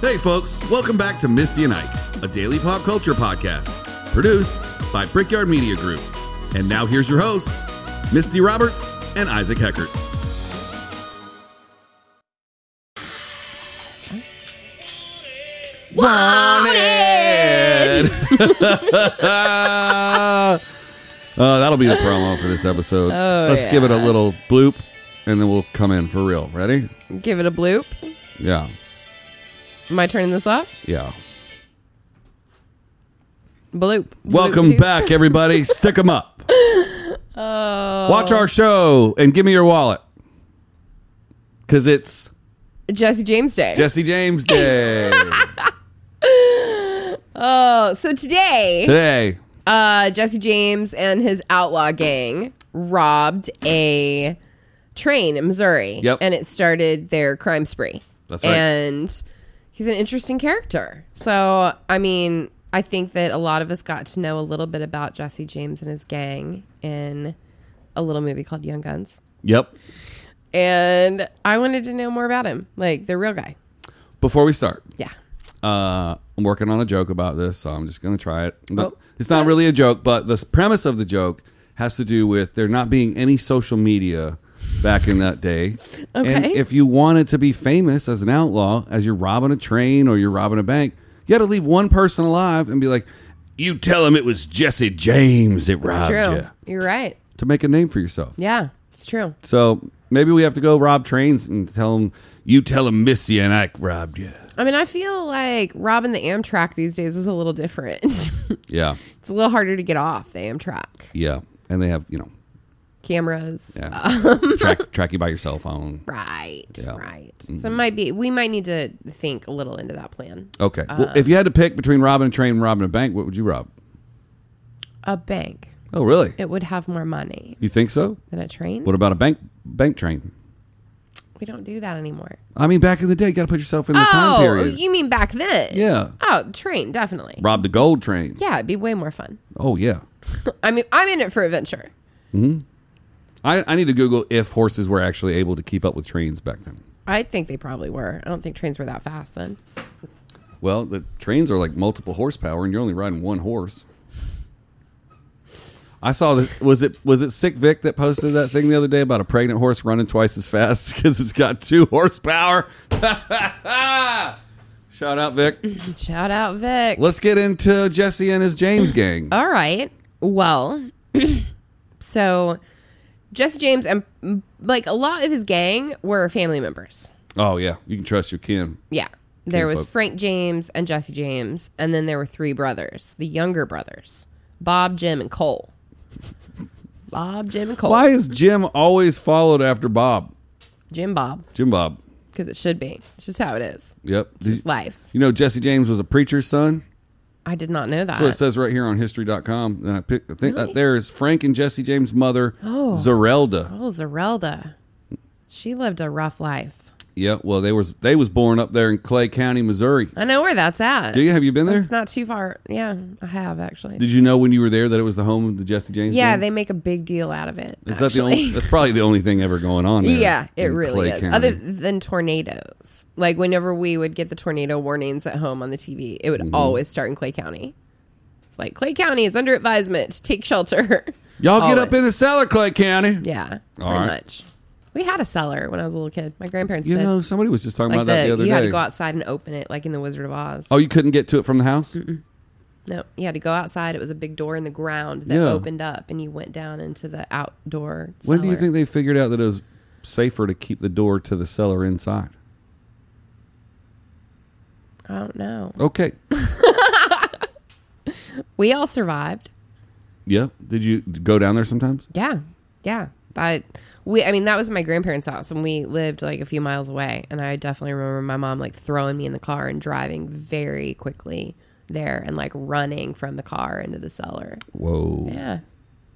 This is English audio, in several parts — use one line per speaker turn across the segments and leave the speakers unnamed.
Hey, folks, welcome back to Misty and Ike, a daily pop culture podcast produced by Brickyard Media Group. And now here's your hosts, Misty Roberts and Isaac Heckert. Wanted! Uh, that'll be the promo for this episode.
Oh,
Let's give it a
yeah.
little bloop and then we'll come in for real. Ready?
Give it a bloop.
Yeah.
Am I turning this off?
Yeah.
Bloop. bloop,
Welcome
bloop.
back, everybody. Stick 'em up. Watch our show and give me your wallet. Because it's
Jesse James Day.
Jesse James Day
oh, so today,
today.
uh, Jesse James and his outlaw gang robbed a train in Missouri.
Yep.
And it started their crime spree.
That's right.
And he's an interesting character. So, I mean, I think that a lot of us got to know a little bit about Jesse James and his gang in a little movie called Young Guns.
Yep.
and I wanted to know more about him, like the real guy.
Before we start,
Yeah.
uh, I'm working on a joke about this, so I'm just going to try it.
Oh.
It's not really a joke, but the s- premise of the joke has to do with there not being any social media back in that day. And
Okay.
if you wanted to be famous as an outlaw, as you're robbing a train or you're robbing a bank, you had to leave one person alive and be like, you tell him it was Jesse James that robbed
True.
you
You're right.
to make a name for yourself.
Yeah, it's true.
So maybe we have to go rob trains and tell them, you tell them Missy and Ike robbed you.
I mean, I feel like robbing the Amtrak these days is a little different. it's
Yeah.
a little harder to get off the Amtrak.
Yeah. And they have, you know,
Cameras.
Yeah. track, track you by your cell phone.
Right.
Yeah. Mm-hmm.
Right. So it might be we might need to think a little into that plan.
Okay. well, if you had to pick between robbing a train and robbing a bank, what would you rob?
A bank.
Oh, really?
It would have more money
You think so?
than a train.
What about a bank bank train?
We don't do that anymore.
I mean, back in the day, you got to put yourself in the time
Oh,
period.
you mean back then?
Yeah.
Oh, train, definitely.
Robbed a gold train.
Yeah, it'd be way more fun.
Oh, yeah.
I mean, I'm in it for adventure.
I, I need to Google if horses were actually able to keep up with trains back then.
I think they probably were. I don't think trains were that fast then.
Well, the trains are like multiple horsepower, and you're only riding one horse. I saw that. Was it was it Sick Vic that posted that thing the other day about a pregnant horse running twice as fast because it's got two horsepower? Shout out, Vic.
Shout out, Vic.
Let's get into Jesse and his James gang.
All right. Well, so Jesse James and mm, like a lot of his gang were family members.
Oh yeah, you can trust your kin.
Yeah. There was
Kinfolk.
Frank James and Jesse James, and then there were three brothers, the younger brothers Bob, Jim, and Cole. Bob, Jim, and Cole.
Why is Jim always followed after Bob?
Jim, Bob,
Jim Bob.
because it should be. It's just how it is.
Yep.
It's just life.
You know Jesse James was a preacher's son.
I did not know that.
That's what it says right here on history.com. And I picked, I think that there is Frank and Jesse James' mother, Zerelda.
Oh, Zerelda. She lived a rough life.
Yeah, well, they was they was born up there in Clay County, Missouri.
I know where that's at.
Do you have you been there?
It's not too far. Yeah, I have actually.
Did you know when you were there that it was the home of the Jesse James?
yeah,
gang?
they make a big deal out of it.
is that the
actually.
only? That's probably the only thing ever going on. There
yeah, it
in
really
Clay
is.
County.
Other than tornadoes, like whenever we would get the tornado warnings at home on the TV, it
Mm-hmm.
would always start in Clay County. It's like Clay County is under advisement to take shelter.
Y'all get up
Always.
in the cellar, Clay County.
Yeah,
All
pretty
right.
much. We had a cellar when I was a little kid. My grandparents
You
did.
know, somebody was just talking
like
about that the other
you
day.
had to go outside and open it, like in The Wizard of Oz.
Oh, you couldn't get to it from the house?
No, you had to go outside. It was a big door in the ground that
Yeah.
opened up, and you went down into the outdoor.
When do you
cellar.
think they figured out that it was safer to keep the door to the cellar inside?
I don't know.
Okay.
We all survived.
yeah. Did you go down there sometimes?
Yeah, yeah. I we. I mean, that was my grandparents' house, and we lived like a few miles away. And I definitely remember my mom like throwing me in the car and driving very quickly there, and like running from the car into the cellar.
Whoa.
Yeah,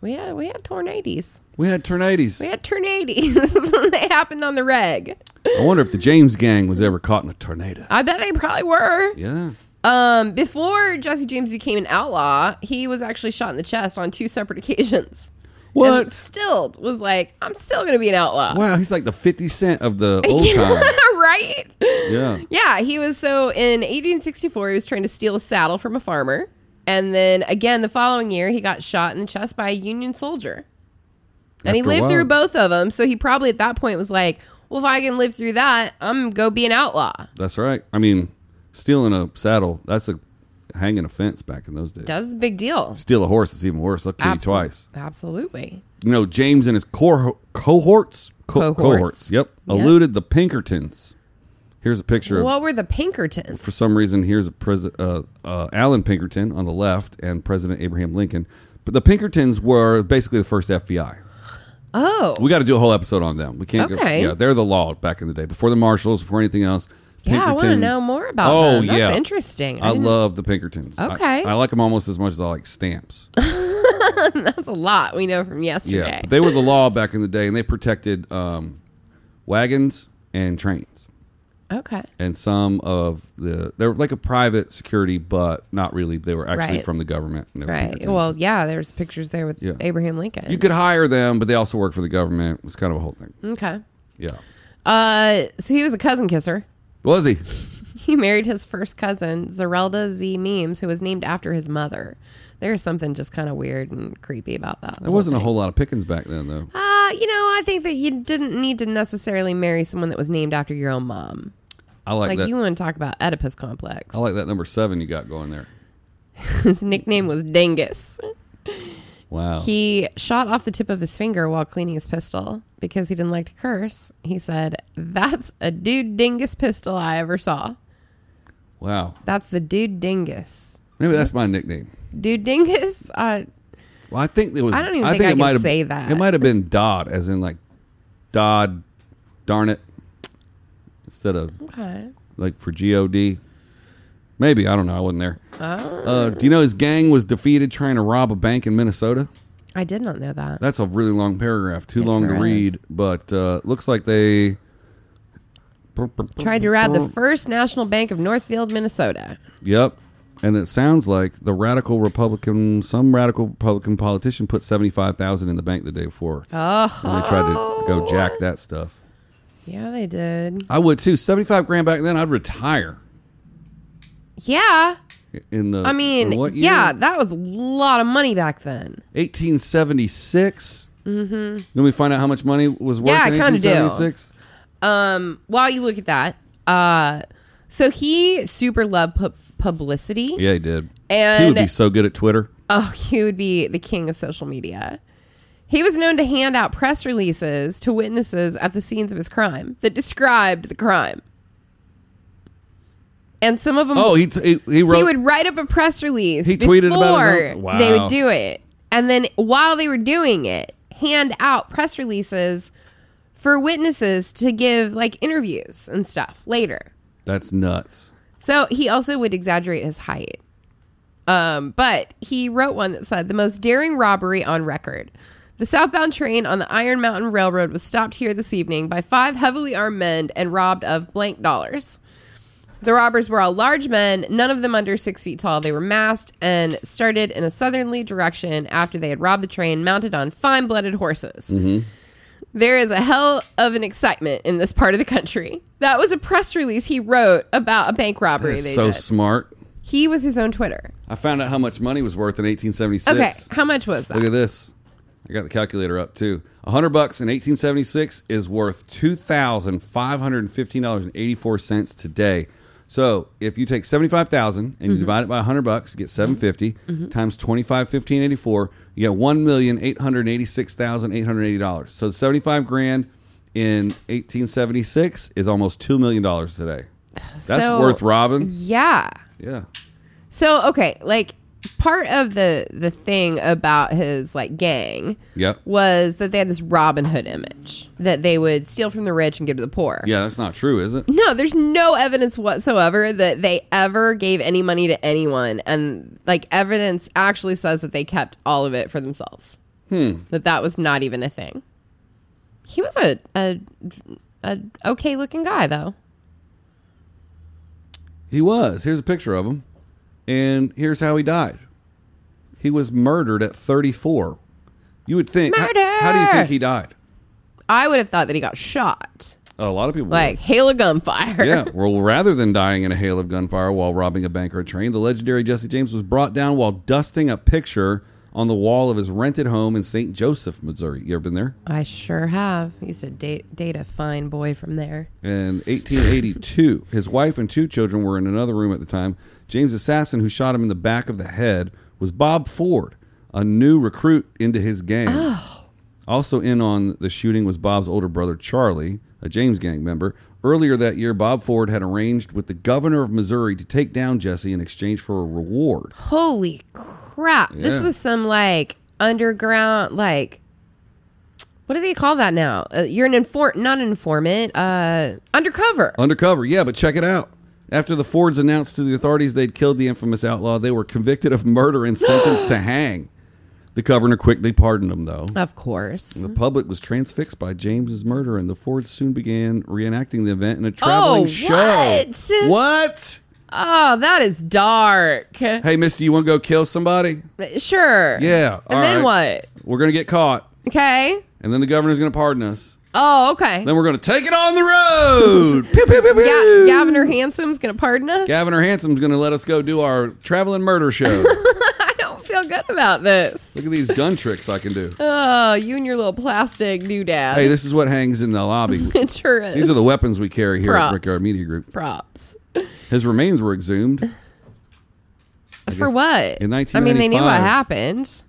we had we had tornadoes.
We had tornadoes.
We had tornadoes. they happened on the reg.
I wonder if the James gang was ever caught in a tornado.
I bet they probably were.
Yeah.
Um, before Jesse James became an outlaw, he was actually shot in the chest on two separate occasions.
What?
And still was like, I'm still gonna be an outlaw.
Wow, he's like the 50 cent of the old
Yeah,
time.
right?
Yeah.
Yeah, he was so in 1864 he was trying to steal a saddle from a farmer, and then again the following year he got shot in the chest by a Union soldier. And he
After a
lived
while.
through both of them, so he probably at that point was like, "Well, if I can live through that, I'm go be an outlaw."
That's right. I mean, stealing a saddle, that's a hanging a fence back in those days.
That was a big deal.
Steal a horse, it's even worse. They'll kill
Absol-
you twice.
Absolutely.
You know, James and his cor- cohorts, co-
Cohorts.
cohorts, yep, eluded the Pinkertons. Here's a picture of
What were the Pinkertons?
for some reason here's a pres- uh, uh, Alan Pinkerton on the left and President Abraham Lincoln. But the Pinkertons were basically the first FBI.
oh,
We got to do a whole episode on them. We can't.
Okay.
Go, yeah, they're the law back in the day, before the marshals, before anything else.
yeah, I want to
Pinkertons-
know more about
Oh,
them. That's
yeah.
interesting.
I,
didn't-
love the Pinkertons. I-
Okay.
I, like them almost as much as I like stamps.
That's a lot we know from yesterday.
yeah, but they were the law back in the day, and they protected um, wagons and trains.
okay.
and some of the they were like a private security, but not really. They were actually
Right.
from the government. and they were
Right.
Pinkertons.
Well, yeah, there's pictures there with
Yeah.
Abraham Lincoln.
you could hire them, but they also work for the government. It's kind of a whole thing.
okay.
Yeah,
Uh, so he was a cousin kisser.
was he?
He married his first cousin, Zerelda Z. Memes, who was named after his mother. There's something just kind of weird and creepy about that.
There wasn't a whole lot of pickings back then, though.
Uh, you know, I think that you didn't need to necessarily marry someone that was named after your own mom.
I like,
Like,
that.
you want to talk about Oedipus complex.
I like that number seven you got going there.
His nickname was Dingus.
Wow.
He shot off the tip of his finger while cleaning his pistol because he didn't like to curse. He said, That's a dude dingus pistol I ever saw.
wow.
That's the dude dingus.
Maybe that's my nickname.
Dude dingus? Uh,
Well, I think it was.
I don't even think I
it
can
might have-
say that.
It might have been Dodd, as in like Dodd, darn it, instead of
okay.
like for God. Maybe I don't know. I wasn't there.
Oh.
Uh, do you know his gang was defeated trying to rob a bank in Minnesota?
I did not know that.
That's a really long paragraph, too
It
long to
sure is.
read. But uh, looks like they
Tried to rob the First National Bank of Northfield, Minnesota.
Yep, and it sounds like the radical Republican, some radical Republican politician put seventy five thousand in the bank the day before,
Oh,
and they tried to go jack that stuff.
yeah, they did.
I would too. Seventy five grand back then, I'd retire.
Yeah.
In the
I mean,
in what year?
yeah, that was a lot of money back then.
1876. Mm-hmm. Then we find out how much money was worth.
Yeah,
in
I kinda do.
1876?
Um, While you look at that, uh, so he super loved pu- publicity.
Yeah, he did. he
And-
would be so good at Twitter.
Oh, he would be the king of social media. He was known to hand out press releases to witnesses at the scenes of his crime that described the crime. And some of them,
Oh, he t- he, he wrote.
he would write up a press release
He
before
tweeted about his own-
they
Wow.
would do it. And then while they were doing it, hand out press releases for witnesses to give like interviews and stuff later.
That's nuts.
So he also would exaggerate his height. Um, but he wrote one that said the most daring robbery on record. The southbound train on the Iron Mountain Railroad was stopped here this evening by five heavily armed men and robbed of blank dollars. The robbers were all large men, none of them under six feet tall. They were masked and started in a southerly direction after they had robbed the train, mounted on fine blooded horses.
Mm-hmm.
There is a hell of an excitement in this part of the country. That was a press release he wrote about a bank robbery.
That's
they
so
did.
smart.
he was his own Twitter.
I found out how much money was worth in 1876.
Okay, how much was
Look
that?
at this. I got the calculator up too. A hundred bucks in 1876 is worth two thousand five hundred fifteen dollars and eighty four cents today. So if you take seventy five thousand and you divide it by hundred bucks, you get seven times twenty five fifteen eighty four. You get one million eight hundred eighty six thousand eight hundred eighty dollars. So seventy five grand in 1876 is almost two million dollars today. That's
So-
worth robbing.
Yeah.
Yeah.
So okay, like part of the the thing about his like gang
Yep.
was that they had this Robin Hood image that they would steal from the rich and give to the poor.
Yeah, that's not true, is it?
No, there's no evidence whatsoever that they ever gave any money to anyone, and like evidence actually says that they kept all of it for themselves. Hmm. That that was not even a thing. He was a a, a okay looking guy though.
He was. Here's a picture of him. And here's how he died. He was murdered at 34. You would think. how- How, do you
Murder!
think he died?
I would have thought that he got shot.
A lot of people would.
Like hail of gunfire.
Yeah, well, rather than dying in a hail of gunfire while robbing a bank or a train, the legendary Jesse James was brought down while dusting a picture on the wall of his rented home in St. Joseph, Missouri. You ever been there?
I sure have. Used to date date a fine boy from there.
In 1882, his wife and two children were in another room at the time. James' assassin, who shot him in the back of the head, was Bob Ford, a new recruit into his gang. Also in on the shooting was Bob's older brother Charlie, a James gang member. Earlier that year, Bob Ford had arranged with the governor of Missouri to take down Jesse in exchange for a reward.
Holy crap. This
Yeah.
was some like underground like what do they call that now? Uh, you're an inform not an informant, uh undercover.
Undercover, yeah, but check it out. After the Fords announced to the authorities they'd killed the infamous outlaw, they were convicted of murder and sentenced to hang. The governor quickly pardoned them, though.
Of course.
The public was transfixed by James's murder, and the Fords soon began reenacting the event in a traveling
Oh,
show.
what?
What?
Oh, that is dark.
Hey, mister, you want to go kill somebody?
Sure.
Yeah. all
And then
right.
what?
We're going to get caught,
Okay.
and then the governor's going to pardon us.
Oh, okay.
Then we're going to take it on the road. pew, pew, pew,
Ga-
pew.
Gavin Handsome's gonna pardon us.
Gavin Handsome's going to let us go do our traveling murder show.
I don't feel good about this.
Look at these gun tricks I can do.
Oh, you and your little plastic doodad.
Hey, this is what hangs in the lobby.
it sure is.
These are the weapons we carry here
Props.
at Brickyard Media Group.
props.
His remains were exhumed.
For
guess
what?
in
I mean, they knew
1995.
what happened.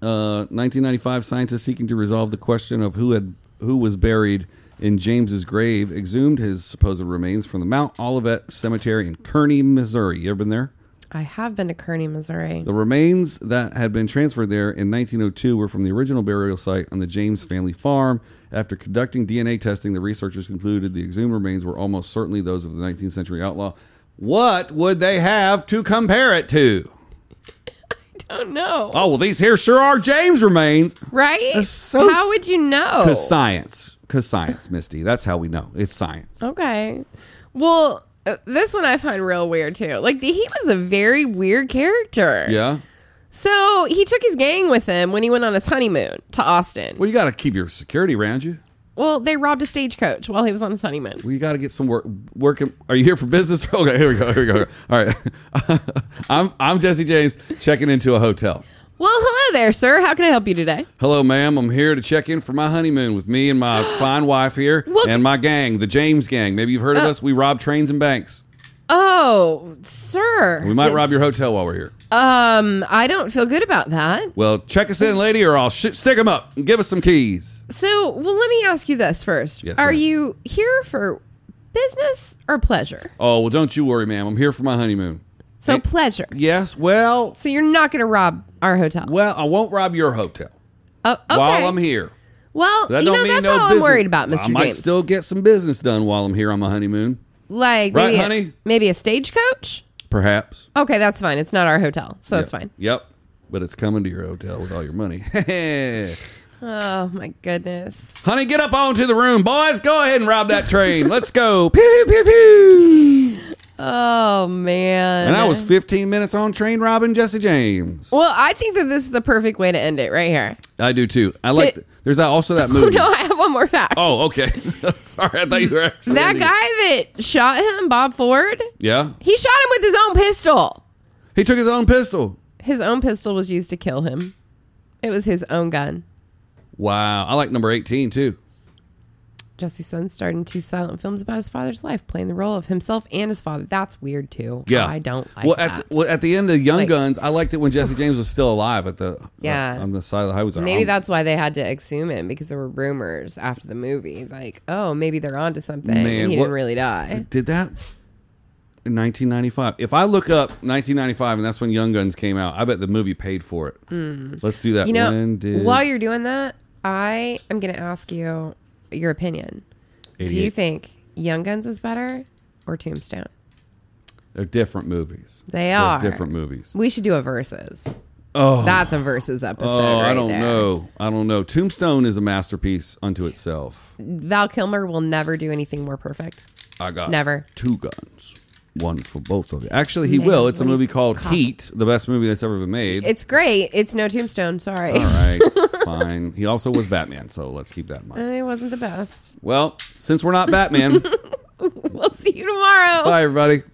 Uh, 1995, scientists seeking to resolve the question of who had who was buried in James's grave exhumed his supposed remains from the Mount Olivet Cemetery in Kearney, Missouri. You ever been there?
I have been to Kearney, Missouri.
The remains that had been transferred there in 1902 were from the original burial site on the James family farm. After conducting DNA testing, the researchers concluded the exhumed remains were almost certainly those of the 19th century outlaw. What would they have to compare it to?
Oh no!
Oh, well, these here sure are James remains.
right?
that's so
How
s-
would you know?
Because science. Because science, Misty. That's how we know. It's science.
Okay. Well, uh, this one I find real weird too. Like the, he was a very weird character.
Yeah?
So he took his gang with him when he went on his honeymoon to Austin.
Well, you got to keep your security around you.
Well, they robbed a stagecoach while he was on his honeymoon.
Well, you got to get some work. Working. Are you here for business? Okay, here we go. Here we go. All right. I'm, I'm Jesse James checking into a hotel.
Well, hello there, sir. How can I help you today?
Hello, ma'am. I'm here to check in for my honeymoon with me and my fine wife here
Well, Uh,
and my gang, the James gang. Maybe you've heard of us. We rob trains and banks.
Oh, sir.
We might rob your hotel while we're here.
Um, I don't feel good about that.
Well, check us in, lady, or I'll sh- stick them up and give us some keys.
So, well, let me ask you this first.
Yes,
Are
ma'am.
you here for business or pleasure?
Oh, well, don't you worry, ma'am. I'm here for my honeymoon.
So,
Eh,
pleasure.
Yes, well,
So, you're not going to rob our hotel.
well, I won't rob your hotel
Oh, okay.
while I'm here.
well,
That
you
don't
know,
mean
that's
no
all
business.
I'm worried about, Mr.
I might
James.
still get some business done while I'm here on my honeymoon,
like,
Right,
maybe a-
honey?
maybe a stagecoach?
perhaps.
Okay, that's fine. It's not our hotel. So, that's
Yep.
fine.
Yep. But it's coming to your hotel with all your money.
Oh, my goodness.
Honey, get up onto the room, boys. Go ahead and rob that train. Let's go. Pew pew pew.
Oh, man.
And I was 15 minutes on train robbing Jesse James.
Well, I think that this is the perfect way to end it right here.
I do too. I like.
It-
there's that, also that
Oh,
movie.
no, I have one more fact.
Oh, okay. Sorry, I thought you were actually
That
ending.
guy that shot him, Bob Ford,
Yeah,
he shot him with his own pistol.
he took his own pistol.
His own pistol was used to kill him. It was his own gun.
Wow, I like number 18 too.
Jesse Sun starred in two silent films about his father's life, playing the role of himself and his father. That's weird too.
Yeah,
I don't like
well,
that.
At the, well, at the end of Young
Like-
Guns, I liked it when Jesse James was still alive at the uh,
Yeah.
on the side of the highway. It's like,
maybe
I'm-
that's why they had to exhume him because there were rumors after the movie, like, oh, maybe they're onto something. and
Man,
he
what-
didn't really die.
did that in 1995. If I look up 1995 and that's when Young Guns came out, I bet the movie paid for it. Let's do that.
Hmm. You know,
when did
while you're doing that, I am going to ask you your opinion. Do you
88
think Young Guns is better or Tombstone?
They're different movies.
They
They're
are.
different movies.
We should do a versus.
Oh,
That's a versus episode.
oh,
right
I don't
there.
know. I don't know. Tombstone is a masterpiece unto itself.
Val Kilmer will never do anything more perfect.
I got
Never.
two guns. one for both of you. Actually, he
Amazing.
will. It's a
What is-
movie called
Cop.
Heat, the best movie that's ever been made.
It's great. It's no tombstone. Sorry.
All right, fine. He also was Batman, so let's keep that in mind.
It wasn't the best.
Well, since we're not Batman,
We'll see you tomorrow.
bye everybody.